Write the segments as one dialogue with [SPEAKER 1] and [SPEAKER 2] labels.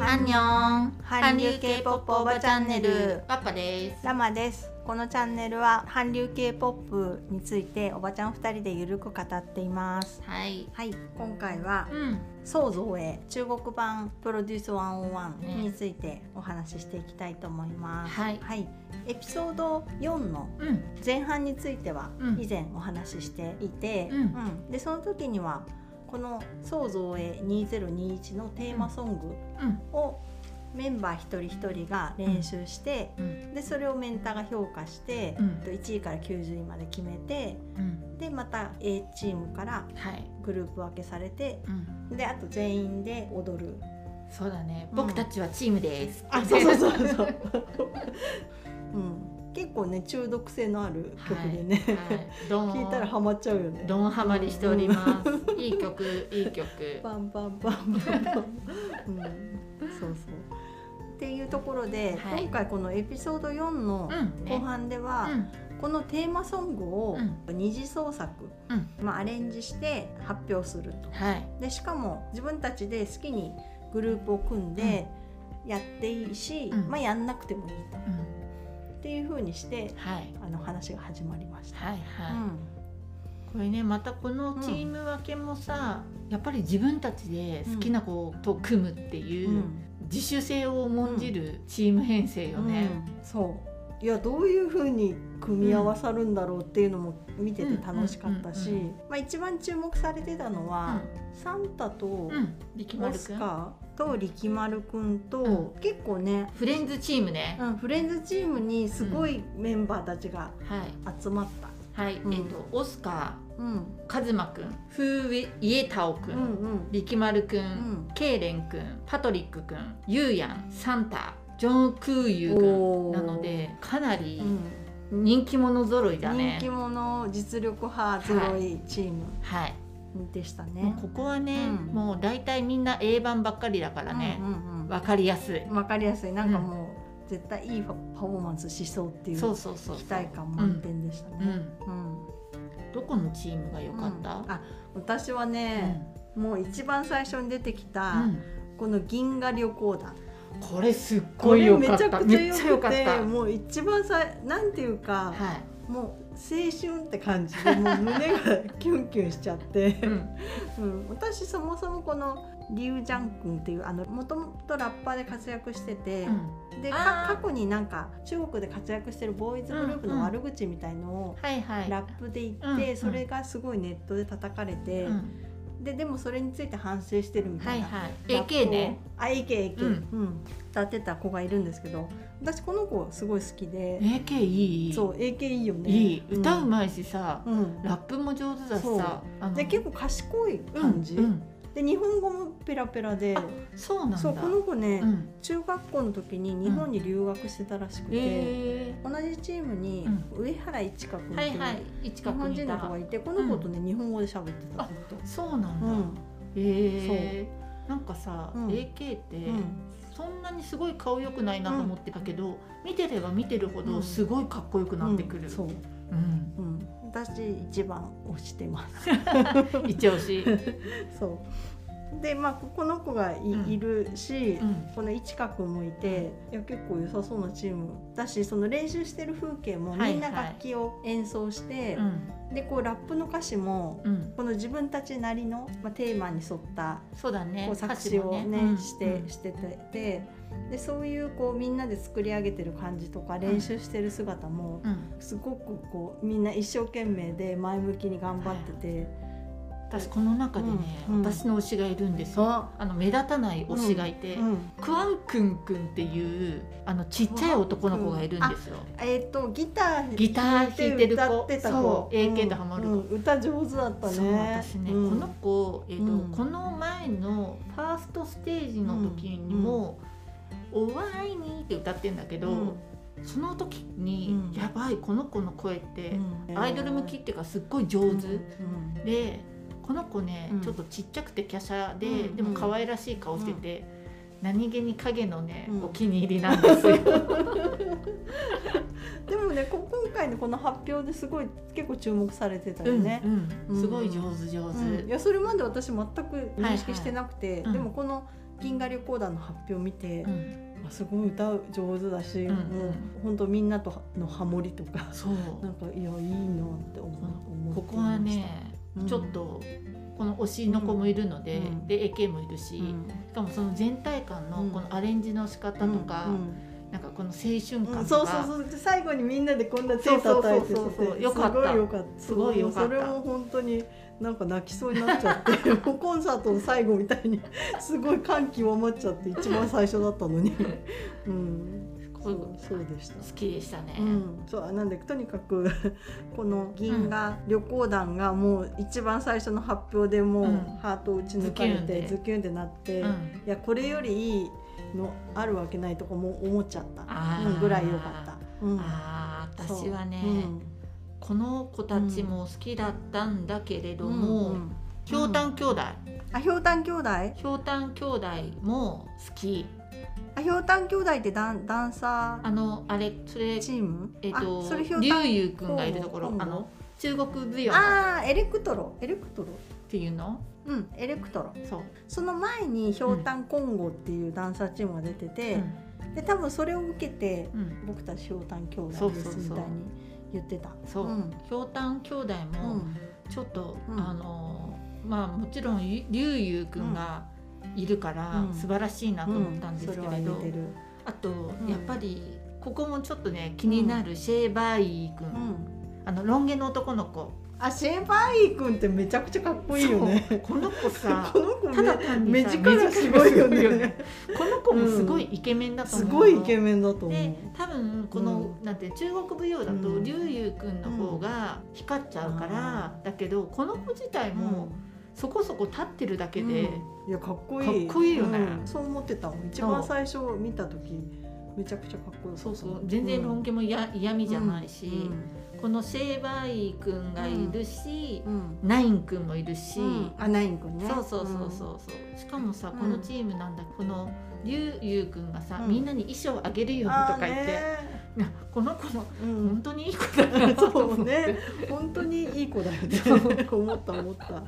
[SPEAKER 1] アンニョン
[SPEAKER 2] 韓流 K-POP おばチャンネル
[SPEAKER 1] パパです
[SPEAKER 2] ラマですこのチャンネルは韓流 K-POP についておばちゃん2人でゆるく語っています
[SPEAKER 1] はい
[SPEAKER 2] はい今回は
[SPEAKER 1] うん
[SPEAKER 2] 「創造へ中国版プロデュース101」についてお話ししていきたいと思います、
[SPEAKER 1] はい
[SPEAKER 2] はい、エピソード4の
[SPEAKER 1] うん
[SPEAKER 2] 前半については
[SPEAKER 1] うん
[SPEAKER 2] 以前お話ししていて、
[SPEAKER 1] うん
[SPEAKER 2] うんでその時にはこの「創造へ2021」のテーマソング、
[SPEAKER 1] うん
[SPEAKER 2] をメンバー一人一人が練習して、
[SPEAKER 1] うん
[SPEAKER 2] でそれをメンターが評価して、
[SPEAKER 1] うん
[SPEAKER 2] と1位から90位まで決めて
[SPEAKER 1] うん
[SPEAKER 2] でまた A チームから
[SPEAKER 1] はい
[SPEAKER 2] グループ分けされて
[SPEAKER 1] うん
[SPEAKER 2] であと全員で踊る
[SPEAKER 1] そうだね
[SPEAKER 2] うん
[SPEAKER 1] 僕たちはチーム ですう
[SPEAKER 2] うそう、 うん、結構ね中毒性のある曲でね、
[SPEAKER 1] はいドン
[SPEAKER 2] 聞いたらハマっちゃうよね
[SPEAKER 1] ドンハマりしておりますいい曲いい曲
[SPEAKER 2] バンバンバンバンバン、うん、そうそうっていうところで、
[SPEAKER 1] はい
[SPEAKER 2] 今回このエピソード4の
[SPEAKER 1] うん
[SPEAKER 2] 後
[SPEAKER 1] ね
[SPEAKER 2] 半では、
[SPEAKER 1] うん
[SPEAKER 2] このテーマソングを
[SPEAKER 1] う
[SPEAKER 2] 二次創作、
[SPEAKER 1] うん
[SPEAKER 2] まあ、アレンジして発表すると
[SPEAKER 1] はい
[SPEAKER 2] でしかも自分たちで好きにグループを組んでやっていいし、
[SPEAKER 1] うん
[SPEAKER 2] まあ、やんなくてもいいと
[SPEAKER 1] うん
[SPEAKER 2] っていうふうにして
[SPEAKER 1] はい
[SPEAKER 2] あの話が始まりました。
[SPEAKER 1] はいは
[SPEAKER 2] う
[SPEAKER 1] い
[SPEAKER 2] ん
[SPEAKER 1] これねまたこのチーム分けもさ、やっぱり自分たちで好きな子と組むっていう、
[SPEAKER 2] うん
[SPEAKER 1] 自主性を重んじるチーム編成よね。
[SPEAKER 2] うんそういやどういうふうに組み合わさるんだろうっていうのも見てて楽しかったし、
[SPEAKER 1] うんうんうん
[SPEAKER 2] まあ、一番注目されてたのは、サンタと
[SPEAKER 1] うん、うん、力
[SPEAKER 2] オ
[SPEAKER 1] 丸
[SPEAKER 2] ス
[SPEAKER 1] くん。
[SPEAKER 2] カーと力丸くんと、
[SPEAKER 1] う
[SPEAKER 2] 結構ね
[SPEAKER 1] フレンズチームね。
[SPEAKER 2] うん、フレンズチームにすごいメンバーたちが
[SPEAKER 1] はい
[SPEAKER 2] 集まった。
[SPEAKER 1] はい、
[SPEAKER 2] うん
[SPEAKER 1] えっ、とオスカ
[SPEAKER 2] うん、
[SPEAKER 1] ー、カズマくん、フーイエタオく、
[SPEAKER 2] うんん、うん、
[SPEAKER 1] 力丸くん、
[SPEAKER 2] ん
[SPEAKER 1] ケイレンくん、パトリックくん、ユーヤン、サンタ、ジョンクーユー
[SPEAKER 2] お
[SPEAKER 1] くん
[SPEAKER 2] ー
[SPEAKER 1] なのでかな
[SPEAKER 2] う
[SPEAKER 1] り
[SPEAKER 2] ん、
[SPEAKER 1] 人気者揃いだ
[SPEAKER 2] 人
[SPEAKER 1] ね。
[SPEAKER 2] 気者実力派揃いチーム
[SPEAKER 1] はい。
[SPEAKER 2] でした
[SPEAKER 1] もう
[SPEAKER 2] ね。
[SPEAKER 1] ここはね、
[SPEAKER 2] うん
[SPEAKER 1] もう大体みんな A 版ばっかりだからね
[SPEAKER 2] う、んうん
[SPEAKER 1] わかりやすい
[SPEAKER 2] うん、わかりやすい、なんかもう絶対いいパフォーマンスしそうってい
[SPEAKER 1] そう
[SPEAKER 2] う
[SPEAKER 1] そうそう
[SPEAKER 2] 期待感満点でした
[SPEAKER 1] うん
[SPEAKER 2] ね。
[SPEAKER 1] うん
[SPEAKER 2] うん、
[SPEAKER 1] どこのチームが良かった、
[SPEAKER 2] うんあ、私はね、もう一番最初に出てき
[SPEAKER 1] う
[SPEAKER 2] た
[SPEAKER 1] ん
[SPEAKER 2] この銀河旅行団。
[SPEAKER 1] これすっ
[SPEAKER 2] こ
[SPEAKER 1] ごい
[SPEAKER 2] れ
[SPEAKER 1] 良
[SPEAKER 2] め
[SPEAKER 1] かっ
[SPEAKER 2] ちゃ
[SPEAKER 1] た
[SPEAKER 2] くち
[SPEAKER 1] めっ
[SPEAKER 2] ゃ良
[SPEAKER 1] ちゃ良
[SPEAKER 2] く
[SPEAKER 1] かってた
[SPEAKER 2] もう一番さなんていうか、
[SPEAKER 1] は
[SPEAKER 2] もう青春って感じでもう胸がキュンキュンしちゃって
[SPEAKER 1] い、う、ん、
[SPEAKER 2] うん、私そもそもこのリュウ・ジャン君っていうあのもともとラッパーで活躍してて、で
[SPEAKER 1] あー
[SPEAKER 2] か過去になんか中国で活躍してるボーイズグループ
[SPEAKER 1] うんう
[SPEAKER 2] の
[SPEAKER 1] ん
[SPEAKER 2] 悪口みたいのを
[SPEAKER 1] はいはい
[SPEAKER 2] ラップで言って、
[SPEAKER 1] うんうん
[SPEAKER 2] それがすごいネットで叩かれて、
[SPEAKER 1] うん
[SPEAKER 2] ででもそれについて反省してるみた
[SPEAKER 1] はいい
[SPEAKER 2] な
[SPEAKER 1] はい
[SPEAKER 2] ラップを
[SPEAKER 1] AK ね。
[SPEAKER 2] あ AKAK、
[SPEAKER 1] う
[SPEAKER 2] うんん歌ってた子がいるんですけど私この子すごい好きで、
[SPEAKER 1] AK いい
[SPEAKER 2] そう AK いいよね
[SPEAKER 1] いい
[SPEAKER 2] ん
[SPEAKER 1] 歌うまいしさ、
[SPEAKER 2] うん
[SPEAKER 1] ラップも上手だし
[SPEAKER 2] そう
[SPEAKER 1] さあの
[SPEAKER 2] で結構賢い感じ、
[SPEAKER 1] うん
[SPEAKER 2] で日本語もペラペラで
[SPEAKER 1] うんそうなんだ
[SPEAKER 2] そうこの子ね、
[SPEAKER 1] うん、
[SPEAKER 2] 中学校の時に日本に留学してたらしくて、
[SPEAKER 1] え
[SPEAKER 2] 同じチームに上原一華君っ
[SPEAKER 1] ー、
[SPEAKER 2] て
[SPEAKER 1] はいいうはい一
[SPEAKER 2] 日
[SPEAKER 1] 角
[SPEAKER 2] 本
[SPEAKER 1] にい
[SPEAKER 2] 人の子
[SPEAKER 1] た
[SPEAKER 2] がいてこの子とね、日本語で喋ってたずっと。
[SPEAKER 1] そうなんだ、
[SPEAKER 2] うん
[SPEAKER 1] えー、なんかさ、
[SPEAKER 2] うん
[SPEAKER 1] AK って、
[SPEAKER 2] うん
[SPEAKER 1] そんなにすごい顔良くないなと思ってたけど、見てれば見てるほどすごいかっこよくなってくる、
[SPEAKER 2] う
[SPEAKER 1] うんん
[SPEAKER 2] そう、うん、私一番推してます
[SPEAKER 1] 一押 し、
[SPEAKER 2] そうでまあここの子がい,、
[SPEAKER 1] うん
[SPEAKER 2] るし、
[SPEAKER 1] うん
[SPEAKER 2] このいちかくんもいていや結構良さそうなチームだしその練習してる風景も
[SPEAKER 1] はい
[SPEAKER 2] みんな楽器を演奏して、
[SPEAKER 1] うん
[SPEAKER 2] でこうラップの歌詞も
[SPEAKER 1] うん、
[SPEAKER 2] この自分たちなりの、まあ、テーマに沿った
[SPEAKER 1] そうだね
[SPEAKER 2] こう作詞を
[SPEAKER 1] 歌詞も
[SPEAKER 2] ね
[SPEAKER 1] うん
[SPEAKER 2] して、
[SPEAKER 1] うん
[SPEAKER 2] しててでそういうこうみんなで作り上げてる感じとか練習してる姿も、
[SPEAKER 1] うん
[SPEAKER 2] すごくこうみんな一生懸命で前向きに頑張ってて。
[SPEAKER 1] 私この中でね、
[SPEAKER 2] うん
[SPEAKER 1] 私の推しがいるんですよ、
[SPEAKER 2] あ
[SPEAKER 1] あの目立たない推しがいて、
[SPEAKER 2] うん
[SPEAKER 1] クワンくんくんっていうあのちっちゃい男の子がいるんですよ、
[SPEAKER 2] えっ、とギター
[SPEAKER 1] ギター弾いてる子
[SPEAKER 2] 歌ってた子
[SPEAKER 1] そう AK とハマる子
[SPEAKER 2] うんうん歌上手だったね
[SPEAKER 1] そう私ね、
[SPEAKER 2] うん
[SPEAKER 1] この子、えーと
[SPEAKER 2] うん
[SPEAKER 1] この前のファーストステージの時にも「お会いに」って歌ってんだけど、
[SPEAKER 2] うん
[SPEAKER 1] その時に、
[SPEAKER 2] うん
[SPEAKER 1] やばいこの子の声って、
[SPEAKER 2] うん
[SPEAKER 1] アイドル向きっていうかすっごい上手、
[SPEAKER 2] うん
[SPEAKER 1] でこの子ね、
[SPEAKER 2] うん
[SPEAKER 1] ちょっとちっちゃくて華奢で、
[SPEAKER 2] うん
[SPEAKER 1] でも可愛らしい顔してて。何気に影のね、
[SPEAKER 2] うん
[SPEAKER 1] お気に入りなんです よ。
[SPEAKER 2] でもねこ今回のこの発表ですごい結構注目されてたよね、
[SPEAKER 1] うんうん
[SPEAKER 2] うん
[SPEAKER 1] すごい上手上手。
[SPEAKER 2] うんいやそれまで私全く認識してなくて、
[SPEAKER 1] はいはい
[SPEAKER 2] でもこの銀河旅行団の発表を見て、
[SPEAKER 1] うん
[SPEAKER 2] あすごい歌う上手だし、
[SPEAKER 1] うん
[SPEAKER 2] もう本当みんなとのハモリとか
[SPEAKER 1] そう
[SPEAKER 2] なんかいやいいなって思思って
[SPEAKER 1] ここはね、
[SPEAKER 2] うん
[SPEAKER 1] ちょっとこの推しの子もいるので、
[SPEAKER 2] うん
[SPEAKER 1] で AK もいるし、
[SPEAKER 2] いました
[SPEAKER 1] しかもその全体感の
[SPEAKER 2] うん
[SPEAKER 1] このアレンジの仕方とか、
[SPEAKER 2] うん
[SPEAKER 1] なんかこの青春
[SPEAKER 2] うん
[SPEAKER 1] 感
[SPEAKER 2] そ
[SPEAKER 1] と
[SPEAKER 2] うそう
[SPEAKER 1] か
[SPEAKER 2] そうで最後にみんなでこんな手叩いてて
[SPEAKER 1] そうそうそうそうよかった
[SPEAKER 2] すごいよかった
[SPEAKER 1] すごいよかった
[SPEAKER 2] それも本当になんか泣きそうになっちゃって もうコンサートの最後みたいに すごい感極まっちゃって一番最初だったの に、うん、
[SPEAKER 1] こ
[SPEAKER 2] そう
[SPEAKER 1] いうう
[SPEAKER 2] そうでした
[SPEAKER 1] 好きでしたね。
[SPEAKER 2] うん、そうなんでとにかく この銀河旅行団がもう一番最初の発表でもう
[SPEAKER 1] うん
[SPEAKER 2] ハートを打ち抜かれてズ
[SPEAKER 1] ズ
[SPEAKER 2] キュンってなって、
[SPEAKER 1] う
[SPEAKER 2] い
[SPEAKER 1] ん
[SPEAKER 2] やこれよりいいのあるわけないとかも思っちゃった
[SPEAKER 1] あー
[SPEAKER 2] うんぐらい良かった。うん
[SPEAKER 1] あー私はね、
[SPEAKER 2] そううん
[SPEAKER 1] この子たちも好きだったんだけれど
[SPEAKER 2] う
[SPEAKER 1] も
[SPEAKER 2] ん
[SPEAKER 1] ひょうたん兄弟
[SPEAKER 2] あひょうたん兄弟
[SPEAKER 1] ひょうたん兄弟も好き
[SPEAKER 2] あひょうたん兄弟ってダンダンサ
[SPEAKER 1] あのあれそれ
[SPEAKER 2] ーチーム
[SPEAKER 1] えっ、
[SPEAKER 2] あそれひょ
[SPEAKER 1] と
[SPEAKER 2] うたん
[SPEAKER 1] 龍ゆくんがいるところ
[SPEAKER 2] 今
[SPEAKER 1] あ
[SPEAKER 2] 度
[SPEAKER 1] の中国舞踊っ
[SPEAKER 2] あーエレクトロエレクトロ
[SPEAKER 1] ていうの
[SPEAKER 2] うんエレクトロ
[SPEAKER 1] そう、
[SPEAKER 2] その前にひょうたんコンゴっていうダンサーチームが出てて、で多分それを受けて
[SPEAKER 1] うんうん
[SPEAKER 2] 僕たちひょうたん兄
[SPEAKER 1] そ
[SPEAKER 2] 弟
[SPEAKER 1] う
[SPEAKER 2] で
[SPEAKER 1] そう
[SPEAKER 2] す
[SPEAKER 1] そ
[SPEAKER 2] みた
[SPEAKER 1] う
[SPEAKER 2] いに言ってた
[SPEAKER 1] そう、
[SPEAKER 2] ん
[SPEAKER 1] ひょうたん兄弟
[SPEAKER 2] う
[SPEAKER 1] も
[SPEAKER 2] ん
[SPEAKER 1] ちょっと、
[SPEAKER 2] うん
[SPEAKER 1] あのまあもちろんりゅうゆうくんがいるから
[SPEAKER 2] うん
[SPEAKER 1] 素晴らしいなと思ったんですけれど、
[SPEAKER 2] うんそれは似てる
[SPEAKER 1] あと、
[SPEAKER 2] ん
[SPEAKER 1] やっぱりここもちょっとね気になるシェーバーイーくん、
[SPEAKER 2] うん
[SPEAKER 1] あのロン毛の男の子
[SPEAKER 2] あシェーバーイー君ってめちゃくちゃかっこいいよね
[SPEAKER 1] そうこの子さ
[SPEAKER 2] この子
[SPEAKER 1] ただ
[SPEAKER 2] ね
[SPEAKER 1] 単に
[SPEAKER 2] 目
[SPEAKER 1] さ
[SPEAKER 2] 力がすごいよ
[SPEAKER 1] 目力がすごい
[SPEAKER 2] ね
[SPEAKER 1] この子もすごいイケメンだと
[SPEAKER 2] す
[SPEAKER 1] 思う
[SPEAKER 2] ごいイケ
[SPEAKER 1] メン
[SPEAKER 2] メンだと思う
[SPEAKER 1] で多分この、なんて中国舞踊だ
[SPEAKER 2] う
[SPEAKER 1] と
[SPEAKER 2] ん
[SPEAKER 1] 劉優くんの方が光っちゃうから、だけどこの子自体もそこそこ立ってるだけで、
[SPEAKER 2] いやかっこいい
[SPEAKER 1] かっこいいよね
[SPEAKER 2] うんそう思ってたもん一番最初見た時めちゃくちゃかっこよかった
[SPEAKER 1] そうそう全然ロン毛もや嫌味じゃないし、このシェーバーイーくんがいるし、
[SPEAKER 2] うんうん
[SPEAKER 1] ナインくんもいるし、
[SPEAKER 2] うんあナイン君ね
[SPEAKER 1] そうそうそうそう
[SPEAKER 2] う
[SPEAKER 1] そうしかもさ
[SPEAKER 2] うん
[SPEAKER 1] このチームなんだ、このりゅうゆうくんがさ、
[SPEAKER 2] うん
[SPEAKER 1] みんなに衣装あげるよ
[SPEAKER 2] ん
[SPEAKER 1] と
[SPEAKER 2] あ
[SPEAKER 1] か
[SPEAKER 2] ー
[SPEAKER 1] 言って、
[SPEAKER 2] ね
[SPEAKER 1] いやこの子の
[SPEAKER 2] う
[SPEAKER 1] 本
[SPEAKER 2] ん
[SPEAKER 1] 当にいい子だなと思って
[SPEAKER 2] そうね本当にいい子だよね思った思ったうん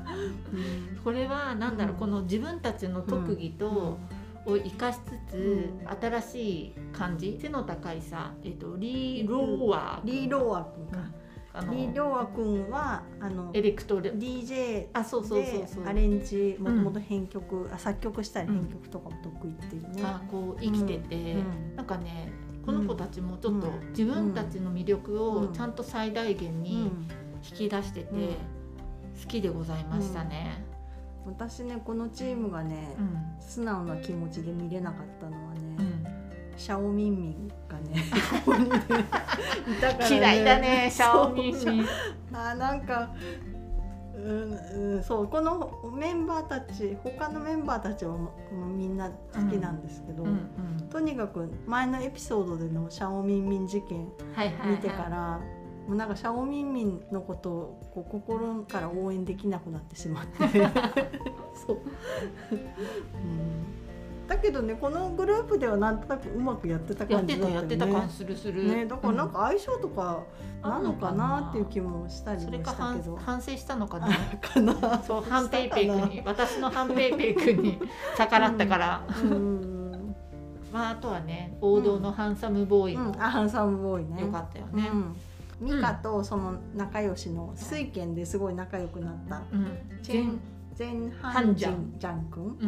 [SPEAKER 1] これはなんだろう、
[SPEAKER 2] うん
[SPEAKER 1] この自分たちの特技と、を生かしつつ、
[SPEAKER 2] う
[SPEAKER 1] 新しい感じ背の高いさ、えっとリーローワー君
[SPEAKER 2] リー・ローア君か
[SPEAKER 1] あの
[SPEAKER 2] リー・ローア君はあの
[SPEAKER 1] エレクトレ
[SPEAKER 2] DJ
[SPEAKER 1] あそうそうそう
[SPEAKER 2] で
[SPEAKER 1] そう
[SPEAKER 2] アレンジも
[SPEAKER 1] う
[SPEAKER 2] と
[SPEAKER 1] ん
[SPEAKER 2] もと編曲、あ作曲したり編曲とかも得意っていうね、
[SPEAKER 1] がこう生きてて、
[SPEAKER 2] うん
[SPEAKER 1] なんかねこの子たちもちょっと
[SPEAKER 2] うん
[SPEAKER 1] 自分たちの魅力をちゃんと最大限
[SPEAKER 2] う
[SPEAKER 1] に
[SPEAKER 2] ん
[SPEAKER 1] 引き出してて
[SPEAKER 2] うん
[SPEAKER 1] 好きでございましたね。
[SPEAKER 2] 私ねこのチームがね、
[SPEAKER 1] うん
[SPEAKER 2] 素直な気持ちで見れなかったのはね、
[SPEAKER 1] うん
[SPEAKER 2] シャオミンミンが ねここにねいたから
[SPEAKER 1] 嫌いだね、シャオミン
[SPEAKER 2] そう
[SPEAKER 1] ミン。
[SPEAKER 2] あーなんかうんうん、そうこのメンバーたち他のメンバーたちはももうみんな好きなんですけど、
[SPEAKER 1] うんうん
[SPEAKER 2] とにかく前のエピソードでのシャオミンミン事件
[SPEAKER 1] はいはいはい。
[SPEAKER 2] 見てから、もうなんかシャオミンミンのことをこう心から応援できなくなってしまって そう、うん、だけどねこのグループではなんとなくうまくやってた
[SPEAKER 1] やっ
[SPEAKER 2] 感
[SPEAKER 1] て
[SPEAKER 2] じだ
[SPEAKER 1] た
[SPEAKER 2] った
[SPEAKER 1] や
[SPEAKER 2] よ
[SPEAKER 1] っ
[SPEAKER 2] ね
[SPEAKER 1] てた感するする。
[SPEAKER 2] ねだからなんか相性とかなのかなっていう気
[SPEAKER 1] も。
[SPEAKER 2] もしたり
[SPEAKER 1] そ
[SPEAKER 2] も
[SPEAKER 1] れ
[SPEAKER 2] し
[SPEAKER 1] か
[SPEAKER 2] たけ
[SPEAKER 1] 反
[SPEAKER 2] ど
[SPEAKER 1] 反省したの かな。
[SPEAKER 2] かな
[SPEAKER 1] そうハンペイペイ君に私のハンペイペイ 君に逆らったから、
[SPEAKER 2] うん、
[SPEAKER 1] まああとはね王道のハンサムボーイ
[SPEAKER 2] う
[SPEAKER 1] も
[SPEAKER 2] ん、あハンサムボーイね
[SPEAKER 1] 良かったよね
[SPEAKER 2] う。ん、ミカとその仲良しの水拳ですごい仲良くなった
[SPEAKER 1] うん。
[SPEAKER 2] チェン全ハンジャ
[SPEAKER 1] ハ
[SPEAKER 2] ンジャン君、
[SPEAKER 1] う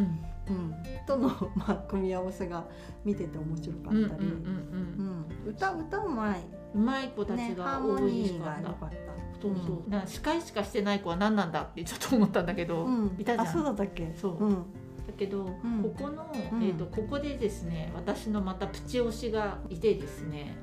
[SPEAKER 2] う
[SPEAKER 1] ん
[SPEAKER 2] ん、との、まあ、組み合わせが見てて面白か
[SPEAKER 1] うんうんう
[SPEAKER 2] っ
[SPEAKER 1] ん
[SPEAKER 2] たり、
[SPEAKER 1] う
[SPEAKER 2] う
[SPEAKER 1] ん
[SPEAKER 2] ん歌歌うまい、
[SPEAKER 1] うまい子た
[SPEAKER 2] ね
[SPEAKER 1] ち、
[SPEAKER 2] ハー
[SPEAKER 1] が多
[SPEAKER 2] モ
[SPEAKER 1] い
[SPEAKER 2] ニ
[SPEAKER 1] し
[SPEAKER 2] ー
[SPEAKER 1] か
[SPEAKER 2] が
[SPEAKER 1] っ
[SPEAKER 2] 良
[SPEAKER 1] た。
[SPEAKER 2] かった。
[SPEAKER 1] そうそう。な司会しかしてない子は何なんだってちょっと思ったんだけど、
[SPEAKER 2] うん、
[SPEAKER 1] いたじゃ
[SPEAKER 2] あ
[SPEAKER 1] ん
[SPEAKER 2] そうだったっけ
[SPEAKER 1] そう
[SPEAKER 2] うん、
[SPEAKER 1] だけ
[SPEAKER 2] ん
[SPEAKER 1] ど、ここの、
[SPEAKER 2] うん、
[SPEAKER 1] えー、とここでですね私のまたプチ推しがいてですね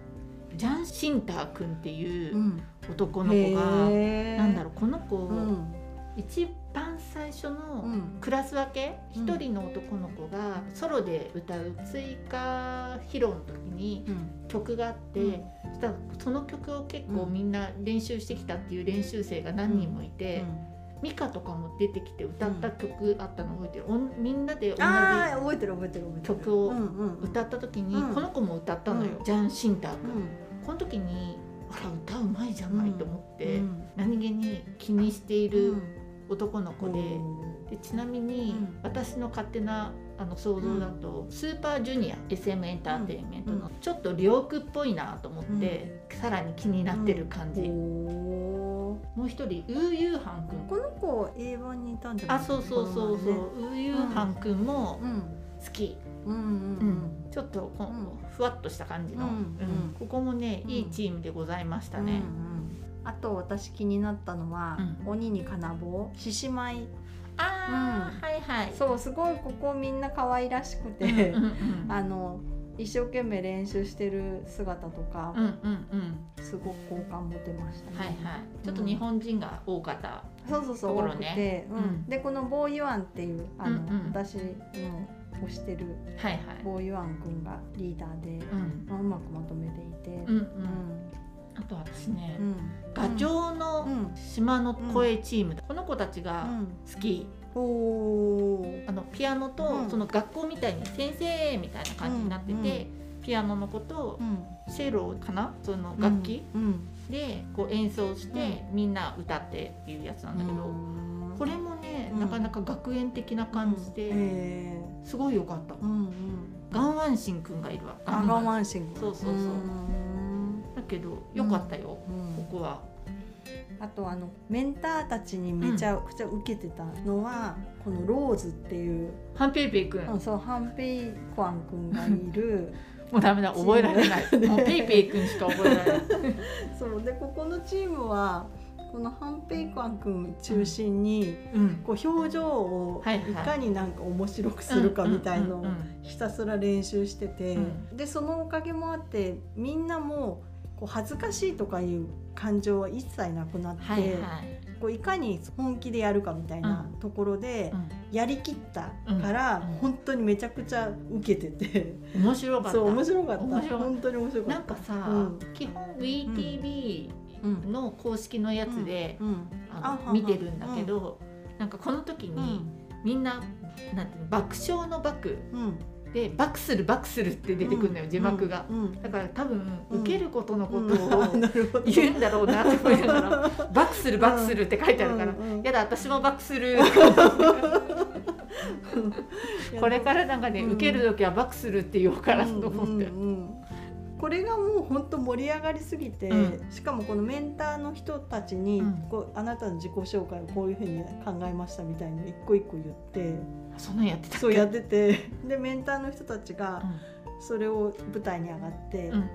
[SPEAKER 1] ジャン・シンター君っていううん男の子が、
[SPEAKER 2] へー
[SPEAKER 1] なんだろうこの子、
[SPEAKER 2] うん
[SPEAKER 1] 一番最初
[SPEAKER 2] う
[SPEAKER 1] の
[SPEAKER 2] ん
[SPEAKER 1] クラス分け
[SPEAKER 2] う
[SPEAKER 1] 一、
[SPEAKER 2] ん
[SPEAKER 1] 人の男の子がソロで歌う追加披露の時に
[SPEAKER 2] うん
[SPEAKER 1] 曲があって、
[SPEAKER 2] うん
[SPEAKER 1] そしたらその曲を結構
[SPEAKER 2] うん
[SPEAKER 1] みんな練習してきたっていう練習生が何人もいて、ミカとかも出てきて歌った曲あったの覚えてる、おんみんなで同じ
[SPEAKER 2] あー覚えてる覚えてる覚えてる
[SPEAKER 1] 曲を
[SPEAKER 2] うんうん、
[SPEAKER 1] 歌った時に、
[SPEAKER 2] うん
[SPEAKER 1] この子も歌ったのよ、
[SPEAKER 2] うん
[SPEAKER 1] ジャン・シンター
[SPEAKER 2] う
[SPEAKER 1] 君、
[SPEAKER 2] ん
[SPEAKER 1] この時にあら歌うまいじゃないと思って、
[SPEAKER 2] うん
[SPEAKER 1] 何気に気にしている
[SPEAKER 2] うん
[SPEAKER 1] 男の子で、
[SPEAKER 2] うん
[SPEAKER 1] でちなみに、
[SPEAKER 2] うん
[SPEAKER 1] 私の勝手なあの想像だと、スーパージュニア SM エンターテインメントのちょっと良句っぽいなと思って、さらに気になってる感じ、
[SPEAKER 2] おー
[SPEAKER 1] もう一人ウーユーハンくん
[SPEAKER 2] この子 A1 にいたんじゃない
[SPEAKER 1] あそうそうそうそう、ウーユーハンくん
[SPEAKER 2] こ
[SPEAKER 1] も
[SPEAKER 2] の前ね
[SPEAKER 1] 好き、
[SPEAKER 2] うんうん
[SPEAKER 1] う
[SPEAKER 2] うんん
[SPEAKER 1] ちょっとこう
[SPEAKER 2] うん
[SPEAKER 1] ふわっとした感じの、
[SPEAKER 2] うんうん
[SPEAKER 1] ここもね
[SPEAKER 2] うん
[SPEAKER 1] いいチームでございまし
[SPEAKER 2] う
[SPEAKER 1] た
[SPEAKER 2] ん
[SPEAKER 1] ね、
[SPEAKER 2] うんあと私気になったのは、
[SPEAKER 1] うん
[SPEAKER 2] 鬼に金棒獅子舞
[SPEAKER 1] ああ、
[SPEAKER 2] うん
[SPEAKER 1] はいはい
[SPEAKER 2] そうすごいここみんな可愛らしく
[SPEAKER 1] うん
[SPEAKER 2] て
[SPEAKER 1] うんうん
[SPEAKER 2] あの一生懸命練習してる姿とか
[SPEAKER 1] うん、うんうん
[SPEAKER 2] すごく好感持てましたね、
[SPEAKER 1] はいはいちょっと日本人が多かった、
[SPEAKER 2] そうそうそう、
[SPEAKER 1] ところ
[SPEAKER 2] 多く
[SPEAKER 1] ね
[SPEAKER 2] て、うん
[SPEAKER 1] うん
[SPEAKER 2] でこのボーユアンっていうあの、
[SPEAKER 1] うんうん
[SPEAKER 2] 私の推してる
[SPEAKER 1] はいはい
[SPEAKER 2] ボーユアンくんがリーダーで、
[SPEAKER 1] うん
[SPEAKER 2] まあうまくまとめていて、
[SPEAKER 1] うんう
[SPEAKER 2] うん
[SPEAKER 1] あと私ね、
[SPEAKER 2] ん
[SPEAKER 1] ガチョウの
[SPEAKER 2] うん
[SPEAKER 1] 島の声チーム、この子たち
[SPEAKER 2] う
[SPEAKER 1] が
[SPEAKER 2] ん
[SPEAKER 1] 好き、
[SPEAKER 2] おお
[SPEAKER 1] あのピアノ
[SPEAKER 2] う
[SPEAKER 1] と
[SPEAKER 2] ん
[SPEAKER 1] その学校みたいに先生みたいな感じになってて、
[SPEAKER 2] うんうん
[SPEAKER 1] ピアノの子とシェロかなその楽器、
[SPEAKER 2] うん
[SPEAKER 1] でこう演奏して、みんな歌ってっていうやつなんだけど、これもね、
[SPEAKER 2] うん
[SPEAKER 1] なかなか学園的な感じで、
[SPEAKER 2] え
[SPEAKER 1] すごい良かった、
[SPEAKER 2] ー、うんうん
[SPEAKER 1] ガンワンシンくんがいるわ
[SPEAKER 2] アガマンシング
[SPEAKER 1] そうそうそう
[SPEAKER 2] うん
[SPEAKER 1] だけど良かったよ、
[SPEAKER 2] うん
[SPEAKER 1] ここは
[SPEAKER 2] あとあのメンターたちにめちゃくちゃ受けてたのは、このローズっていう、
[SPEAKER 1] ハンペイペイくん、
[SPEAKER 2] あの
[SPEAKER 1] も
[SPEAKER 2] そうハンペイクワン君がいる
[SPEAKER 1] うダメだ覚えられない、
[SPEAKER 2] そうね
[SPEAKER 1] もうペイペイくんしか覚えられない
[SPEAKER 2] そうでここのチームはこのハンペイクワン君中心に、
[SPEAKER 1] うん
[SPEAKER 2] こ う表情を
[SPEAKER 1] はいはい
[SPEAKER 2] いかになんか面白くするかみたいの
[SPEAKER 1] う
[SPEAKER 2] を
[SPEAKER 1] んうんうんうん
[SPEAKER 2] ひたすら練習してて、
[SPEAKER 1] う
[SPEAKER 2] でそのおかげもあってみんなもこう恥ずかしいとかいう感情は一切なくなって、
[SPEAKER 1] はいはい、
[SPEAKER 2] こういかに本気でやるかみたいなところで
[SPEAKER 1] うん
[SPEAKER 2] やりきったから
[SPEAKER 1] うんうん
[SPEAKER 2] 本当にめちゃくちゃ受けてて、
[SPEAKER 1] 面白かった
[SPEAKER 2] そう面白かった
[SPEAKER 1] 面白かった
[SPEAKER 2] 本当に面白か
[SPEAKER 1] な
[SPEAKER 2] っ
[SPEAKER 1] んかさ、
[SPEAKER 2] うん
[SPEAKER 1] 基本 VTV
[SPEAKER 2] た。うん
[SPEAKER 1] の公式のやつで、
[SPEAKER 2] うんあ
[SPEAKER 1] あ
[SPEAKER 2] は
[SPEAKER 1] の
[SPEAKER 2] は
[SPEAKER 1] 見てるんだけど、なんかこの時
[SPEAKER 2] う
[SPEAKER 1] に
[SPEAKER 2] ん
[SPEAKER 1] みんななんていうの爆笑の爆
[SPEAKER 2] うん、
[SPEAKER 1] で「バクするバクする」って出てくるのよ、字幕が。
[SPEAKER 2] うん、うん
[SPEAKER 1] だから多分
[SPEAKER 2] うん
[SPEAKER 1] 受けることのこ
[SPEAKER 2] うん
[SPEAKER 1] とを
[SPEAKER 2] あなるほど
[SPEAKER 1] 言うんだろうなって思いながら「バクするバクする」って書いてあるから
[SPEAKER 2] うんうん
[SPEAKER 1] 「やだ私もバクする」 これからなんかね
[SPEAKER 2] うん
[SPEAKER 1] 受ける時はバクするって言おうからと思って
[SPEAKER 2] うんうんうんこれがもう本当盛り上がりすぎて、
[SPEAKER 1] う
[SPEAKER 2] しかもこのメンターの人たちに、
[SPEAKER 1] うん
[SPEAKER 2] こうあなたの自己紹介をこういうふうに考えましたみたいの一個一個言って
[SPEAKER 1] そんなんやってたっけ
[SPEAKER 2] そうやっててでメンターの人たちが
[SPEAKER 1] う
[SPEAKER 2] それを舞台に上がって「
[SPEAKER 1] んうんうん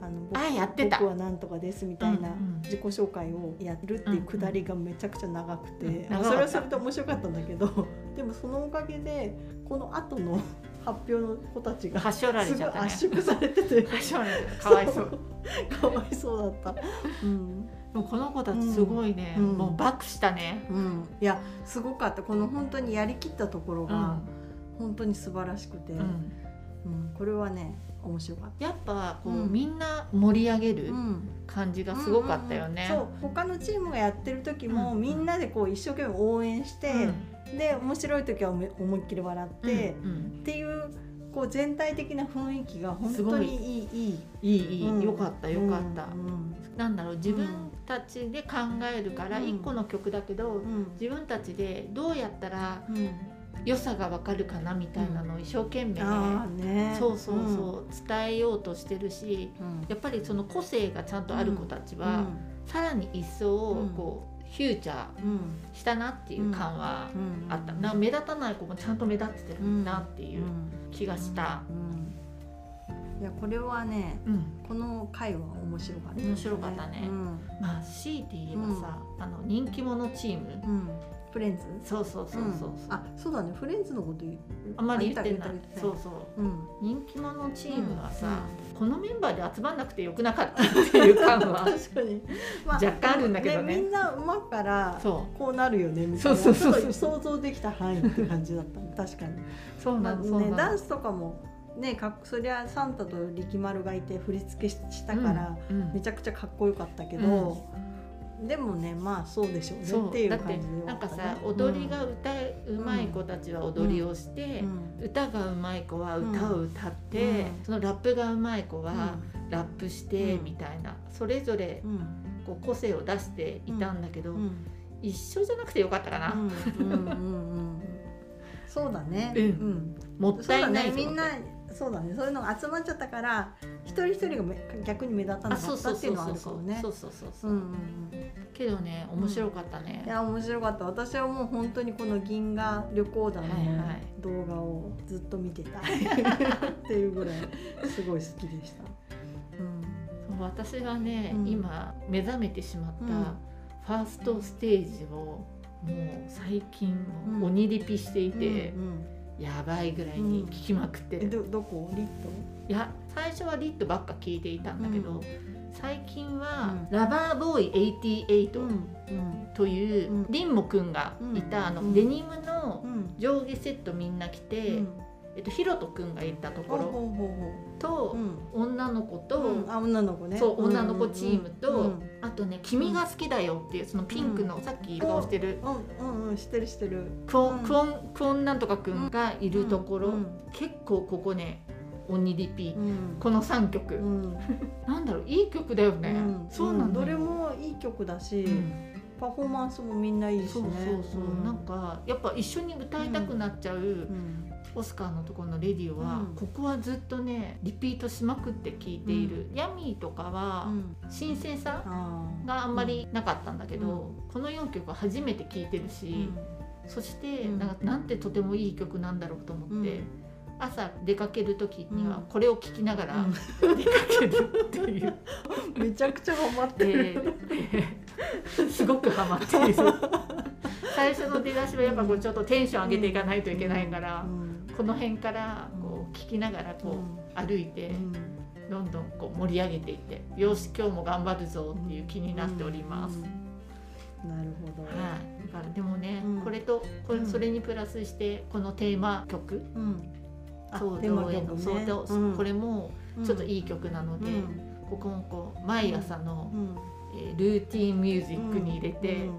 [SPEAKER 2] あの僕
[SPEAKER 1] あやってた
[SPEAKER 2] 僕はなんとかです」みたいな
[SPEAKER 1] うんうん
[SPEAKER 2] 自己紹介をやるっていうくだりがめちゃくちゃ長くて、
[SPEAKER 1] うん
[SPEAKER 2] まあ
[SPEAKER 1] 長かった
[SPEAKER 2] それはそれで面白かったんだけどでもそのおかげでこの後の発表の子たちが
[SPEAKER 1] はしょられ
[SPEAKER 2] す
[SPEAKER 1] ち
[SPEAKER 2] ご
[SPEAKER 1] ゃ
[SPEAKER 2] い
[SPEAKER 1] ったね
[SPEAKER 2] 圧縮されてて
[SPEAKER 1] はしょられちゃったかわいそう
[SPEAKER 2] かわいそうだった。うん、
[SPEAKER 1] もうこの子たちすごいね、
[SPEAKER 2] うん
[SPEAKER 1] もうバクしたね、
[SPEAKER 2] うん、いやすごかったこの本当にやりきったところ
[SPEAKER 1] う
[SPEAKER 2] が
[SPEAKER 1] ん
[SPEAKER 2] 本当に素晴らしくて、
[SPEAKER 1] う
[SPEAKER 2] うん
[SPEAKER 1] ん
[SPEAKER 2] これはね面白かっ
[SPEAKER 1] やっぱこう、
[SPEAKER 2] うん
[SPEAKER 1] みんな盛り上げ
[SPEAKER 2] た。
[SPEAKER 1] る
[SPEAKER 2] ん
[SPEAKER 1] 感じがすごかったよね。
[SPEAKER 2] うんうんうんそう他のチームがやってる時も、
[SPEAKER 1] うん
[SPEAKER 2] みんなでこう一生懸命応援して、で面白い時は思い思いっきり笑っ
[SPEAKER 1] うん
[SPEAKER 2] て、
[SPEAKER 1] うんうん
[SPEAKER 2] っていうこう全体的な雰囲気が本当にいいいい
[SPEAKER 1] いいいい、
[SPEAKER 2] うん
[SPEAKER 1] よかったよかった、
[SPEAKER 2] うん
[SPEAKER 1] なんだろう自分たちで考えるから
[SPEAKER 2] うん
[SPEAKER 1] 一個の曲だけど、
[SPEAKER 2] うん
[SPEAKER 1] 自分たちでどうやったら
[SPEAKER 2] うん
[SPEAKER 1] 良さがわかるかなみたいなのを一生懸命、ね
[SPEAKER 2] ああね
[SPEAKER 1] そうそうそう、伝えようとしてるし
[SPEAKER 2] うん、うん
[SPEAKER 1] やっぱりその個性がちゃんとある子たちは、さらに一層こう、フューチャー
[SPEAKER 2] うんうん
[SPEAKER 1] したなっていう感は
[SPEAKER 2] うん
[SPEAKER 1] あった、な目立たない子もちゃんと目立ってるなっていううん気がした、
[SPEAKER 2] うんいやこれはね
[SPEAKER 1] うん
[SPEAKER 2] この回は面白かった、
[SPEAKER 1] 面白かったね
[SPEAKER 2] うん
[SPEAKER 1] まあ C って言えばさ、あの人気者チーム、
[SPEAKER 2] うん、フレンズ
[SPEAKER 1] そうそうそうそうそう、
[SPEAKER 2] んあそうだねフレンズのこと言う
[SPEAKER 1] あんまり言ってない
[SPEAKER 2] あ言った言った言った
[SPEAKER 1] そうそう
[SPEAKER 2] うん
[SPEAKER 1] 人気者チームはさ、このメンバーで集まんなくてよくなかったっていう感は
[SPEAKER 2] 確かに、ま
[SPEAKER 1] 若干あるんだけどね
[SPEAKER 2] みんな馬から
[SPEAKER 1] そ
[SPEAKER 2] こうなるよねみたいな
[SPEAKER 1] そうそうそうそう
[SPEAKER 2] ちょっと想像できた範囲って感じだったね確かに
[SPEAKER 1] うそう
[SPEAKER 2] ま
[SPEAKER 1] な
[SPEAKER 2] あ
[SPEAKER 1] の、そうな
[SPEAKER 2] ね
[SPEAKER 1] の
[SPEAKER 2] ダンスとかもねかっそりゃサンタと力丸がいて振り付けししたから、
[SPEAKER 1] うんうん
[SPEAKER 2] めちゃくちゃかっこよかったけど、でもねまあそうでしょう
[SPEAKER 1] そ
[SPEAKER 2] ね
[SPEAKER 1] う
[SPEAKER 2] ってい
[SPEAKER 1] だ
[SPEAKER 2] う
[SPEAKER 1] っ
[SPEAKER 2] 感
[SPEAKER 1] て
[SPEAKER 2] じでよ
[SPEAKER 1] なん
[SPEAKER 2] った
[SPEAKER 1] か
[SPEAKER 2] ね
[SPEAKER 1] さ踊りが歌うまい子たちは踊りをして
[SPEAKER 2] う、ん
[SPEAKER 1] 歌がうまい子は歌を歌って、
[SPEAKER 2] うん
[SPEAKER 1] そのラップがうまい子はラップして
[SPEAKER 2] うん
[SPEAKER 1] みたいな、それぞれ
[SPEAKER 2] うん
[SPEAKER 1] こう個性を出していたんだけど、
[SPEAKER 2] うん
[SPEAKER 1] 一緒じゃなくてよかったかな、
[SPEAKER 2] うんうんうんうんそうだね、
[SPEAKER 1] うん
[SPEAKER 2] ん
[SPEAKER 1] もっ
[SPEAKER 2] そ
[SPEAKER 1] た
[SPEAKER 2] うだ
[SPEAKER 1] いない
[SPEAKER 2] ね
[SPEAKER 1] と
[SPEAKER 2] み
[SPEAKER 1] 思
[SPEAKER 2] ん
[SPEAKER 1] っ
[SPEAKER 2] な
[SPEAKER 1] て
[SPEAKER 2] そうだねそういうのが集まっちゃったから一人一人がめ逆に目立たなか
[SPEAKER 1] あそう
[SPEAKER 2] った
[SPEAKER 1] そう
[SPEAKER 2] ってい
[SPEAKER 1] そうう
[SPEAKER 2] のはあ
[SPEAKER 1] そ
[SPEAKER 2] るか
[SPEAKER 1] うそう
[SPEAKER 2] もね
[SPEAKER 1] そうそうそう
[SPEAKER 2] う
[SPEAKER 1] そ
[SPEAKER 2] ん
[SPEAKER 1] う
[SPEAKER 2] うんうん
[SPEAKER 1] けどね面白かったね
[SPEAKER 2] い、や面白かった私はもう本当にこの銀河旅行団の
[SPEAKER 1] はいはい
[SPEAKER 2] 動画をずっと見 てたっていうぐらいすごい好きでした、うん、
[SPEAKER 1] そう私がね、
[SPEAKER 2] うん
[SPEAKER 1] 今目覚めてしまっ
[SPEAKER 2] うん
[SPEAKER 1] たファーストステージをもう最近
[SPEAKER 2] うん
[SPEAKER 1] 鬼リピしていて、
[SPEAKER 2] うんうん
[SPEAKER 1] やばいぐらいに聞きまくって
[SPEAKER 2] え
[SPEAKER 1] る、い
[SPEAKER 2] どどこリット
[SPEAKER 1] や最初はリットばっか聞いていたんだけど、
[SPEAKER 2] う
[SPEAKER 1] 最近は
[SPEAKER 2] う
[SPEAKER 1] ラバーボーイ88、
[SPEAKER 2] うん
[SPEAKER 1] という、
[SPEAKER 2] うん
[SPEAKER 1] リンモくんがいた、あ
[SPEAKER 2] う
[SPEAKER 1] の
[SPEAKER 2] ん
[SPEAKER 1] デニムの
[SPEAKER 2] うん
[SPEAKER 1] 上下セットみんな着て、
[SPEAKER 2] うん
[SPEAKER 1] えっと、ヒロトくんがいたと
[SPEAKER 2] ほ
[SPEAKER 1] こ
[SPEAKER 2] うほう
[SPEAKER 1] ろ
[SPEAKER 2] ほうほう
[SPEAKER 1] と、
[SPEAKER 2] うん
[SPEAKER 1] 女の子と、
[SPEAKER 2] うんあ女の子ね
[SPEAKER 1] そう女の子チームと
[SPEAKER 2] うん
[SPEAKER 1] あとね「君が好きだよ」っていうそのピンクの、さっき顔してる
[SPEAKER 2] うんうんうん知ってる知ってる
[SPEAKER 1] クオン、
[SPEAKER 2] うん
[SPEAKER 1] クオンクオンなんとかくんがい
[SPEAKER 2] い
[SPEAKER 1] るところ、
[SPEAKER 2] うん
[SPEAKER 1] 結構ここね鬼リピ、
[SPEAKER 2] うん
[SPEAKER 1] この3曲、
[SPEAKER 2] うん
[SPEAKER 1] なんだろういい曲だよね、
[SPEAKER 2] うん
[SPEAKER 1] そうなん
[SPEAKER 2] ど
[SPEAKER 1] だよ
[SPEAKER 2] れもいい曲だし、
[SPEAKER 1] うん
[SPEAKER 2] パフォーマンスもみんないいし
[SPEAKER 1] そう
[SPEAKER 2] ね
[SPEAKER 1] そうそう、
[SPEAKER 2] うん
[SPEAKER 1] なんかやっぱ一緒に歌いたくなっちゃう、
[SPEAKER 2] うん
[SPEAKER 1] オスカーのところのレディオは、
[SPEAKER 2] うん
[SPEAKER 1] ここはずっとねリピートしまくって聴いている、ヤミーとかは、
[SPEAKER 2] うん
[SPEAKER 1] 新鮮さ
[SPEAKER 2] あー
[SPEAKER 1] があんまりなかったんだけど、この4曲は初めて聴いてるし、そして、
[SPEAKER 2] うん
[SPEAKER 1] なんかなんてとてもいい曲なんだろうと思って、
[SPEAKER 2] うん
[SPEAKER 1] 朝出かける時に
[SPEAKER 2] う
[SPEAKER 1] は
[SPEAKER 2] ん
[SPEAKER 1] これを聴きながら出かけるっていう、
[SPEAKER 2] めちゃくちゃハマってる。
[SPEAKER 1] ですごくハマっている最初の出だしはやっぱこうちょっとテンション上げていかないといけないから、
[SPEAKER 2] うん
[SPEAKER 1] この辺からこう聴きながらこう歩いうて、
[SPEAKER 2] ん
[SPEAKER 1] どんどんこう盛り上げていってよし今日も頑張るぞっていう気になっております。
[SPEAKER 2] うんなるほど。
[SPEAKER 1] はい、だからでもね、
[SPEAKER 2] うん
[SPEAKER 1] これとこ
[SPEAKER 2] う
[SPEAKER 1] れ
[SPEAKER 2] ん
[SPEAKER 1] それにプラスしてこのテーマ曲
[SPEAKER 2] うん。あ
[SPEAKER 1] そう
[SPEAKER 2] テーマ
[SPEAKER 1] 上映の
[SPEAKER 2] 曲
[SPEAKER 1] そう
[SPEAKER 2] ね
[SPEAKER 1] どう
[SPEAKER 2] うん
[SPEAKER 1] これもちょっと
[SPEAKER 2] い
[SPEAKER 1] いい曲なの
[SPEAKER 2] う
[SPEAKER 1] で、
[SPEAKER 2] ん
[SPEAKER 1] ここもこう毎朝の
[SPEAKER 2] う、ん
[SPEAKER 1] えールーティンミュージックに入れて、
[SPEAKER 2] うん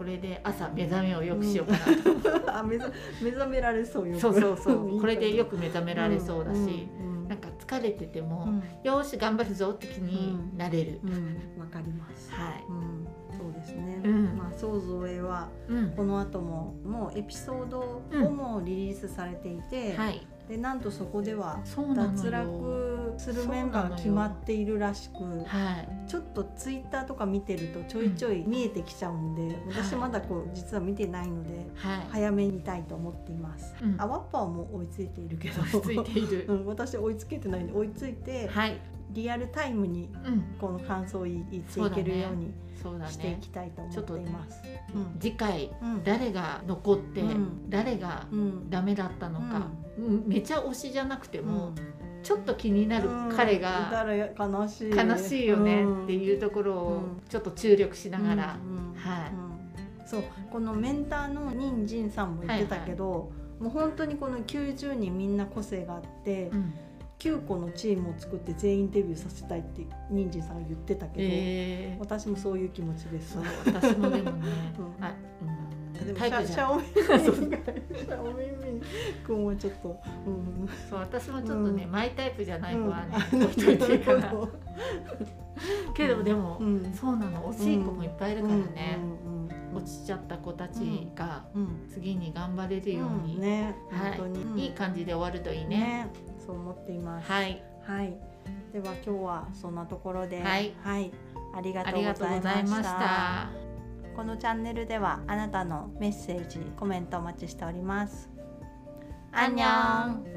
[SPEAKER 1] これで朝目覚めをよくしようかなと、
[SPEAKER 2] あ目覚目覚められそうよ。
[SPEAKER 1] そうそ うそう これでよ
[SPEAKER 2] く
[SPEAKER 1] く目覚められそうだし、
[SPEAKER 2] うん
[SPEAKER 1] なんか疲れてて
[SPEAKER 2] う
[SPEAKER 1] も、
[SPEAKER 2] ん
[SPEAKER 1] よーし頑張るぞって気になれる。
[SPEAKER 2] うんわかります。
[SPEAKER 1] はい
[SPEAKER 2] うんそうですね。
[SPEAKER 1] うん
[SPEAKER 2] まあ想像絵は
[SPEAKER 1] うん
[SPEAKER 2] この後ももうエピソードをもリリースされていて、
[SPEAKER 1] はい、
[SPEAKER 2] でなんとそこでは
[SPEAKER 1] そうなのよ
[SPEAKER 2] 脱落するメンバーが決まっているらしく
[SPEAKER 1] はい、
[SPEAKER 2] ちょっとツイッターとか見てるとちょいちょい見えてきちゃうんで、私まだこう実は見てないので
[SPEAKER 1] はい、
[SPEAKER 2] 早めに見たいと思っています、
[SPEAKER 1] うん
[SPEAKER 2] あワッパーも追いついているけど
[SPEAKER 1] 落ち着いてい
[SPEAKER 2] う
[SPEAKER 1] る。
[SPEAKER 2] ん、私追いつけてないんで追いついて、
[SPEAKER 1] はい、
[SPEAKER 2] リアルタイムに
[SPEAKER 1] うん、
[SPEAKER 2] この感想を言って
[SPEAKER 1] そ
[SPEAKER 2] いう
[SPEAKER 1] だ
[SPEAKER 2] け
[SPEAKER 1] ね
[SPEAKER 2] るように
[SPEAKER 1] そうだ
[SPEAKER 2] してい
[SPEAKER 1] ね。
[SPEAKER 2] きたいと思っています。うん
[SPEAKER 1] 次回
[SPEAKER 2] うん
[SPEAKER 1] 誰が残って、
[SPEAKER 2] うん
[SPEAKER 1] 誰が
[SPEAKER 2] うん
[SPEAKER 1] ダメだったのか、うんめちゃ推しじゃなくて
[SPEAKER 2] で
[SPEAKER 1] も、ちょっと気になる彼が
[SPEAKER 2] 誰悲しい
[SPEAKER 1] 悲しいよね
[SPEAKER 2] うん
[SPEAKER 1] っていうところを
[SPEAKER 2] うん
[SPEAKER 1] ちょっと注力しながら、
[SPEAKER 2] うんうん
[SPEAKER 1] はい
[SPEAKER 2] うんそうこのメンターのニンジンさんも言ってたけど、もう本当にこの90人みんな個性があって、
[SPEAKER 1] うん
[SPEAKER 2] 9個のチームを作って全員デビューさせたいってニンジンさんが言ってたけど、
[SPEAKER 1] えー
[SPEAKER 2] 私もそういう気持ちです
[SPEAKER 1] そう。私もで
[SPEAKER 2] う
[SPEAKER 1] もね、
[SPEAKER 2] ん
[SPEAKER 1] あ、う
[SPEAKER 2] で
[SPEAKER 1] ん、
[SPEAKER 2] も
[SPEAKER 1] タ
[SPEAKER 2] シ
[SPEAKER 1] イ
[SPEAKER 2] ャ
[SPEAKER 1] プ
[SPEAKER 2] シ
[SPEAKER 1] じゃん
[SPEAKER 2] ャオミンシャオミン君はちょっと、うん、
[SPEAKER 1] そう私もちょっとね、
[SPEAKER 2] う
[SPEAKER 1] マイタイプじゃない子はね、
[SPEAKER 2] うん
[SPEAKER 1] 置いといていいか な
[SPEAKER 2] なるほど
[SPEAKER 1] けどでも、
[SPEAKER 2] うん
[SPEAKER 1] そうなの惜しい子もいっぱいいるからね、
[SPEAKER 2] うん
[SPEAKER 1] 落ちちゃった子たちが
[SPEAKER 2] うんうん
[SPEAKER 1] 次に頑張れるように、
[SPEAKER 2] うんね、
[SPEAKER 1] はい
[SPEAKER 2] 本当に、
[SPEAKER 1] いい感じで終わるといいね。
[SPEAKER 2] ね、そう思っています。
[SPEAKER 1] はい、
[SPEAKER 2] はい、では今日はそんなところで、
[SPEAKER 1] はい
[SPEAKER 2] ありが
[SPEAKER 1] あ
[SPEAKER 2] とう
[SPEAKER 1] り
[SPEAKER 2] ご
[SPEAKER 1] がとう
[SPEAKER 2] ざい
[SPEAKER 1] ござい
[SPEAKER 2] まし。
[SPEAKER 1] ましたた。
[SPEAKER 2] このチャンネルではあなたのメッセージ、コメントお待ちしております。アンニョン。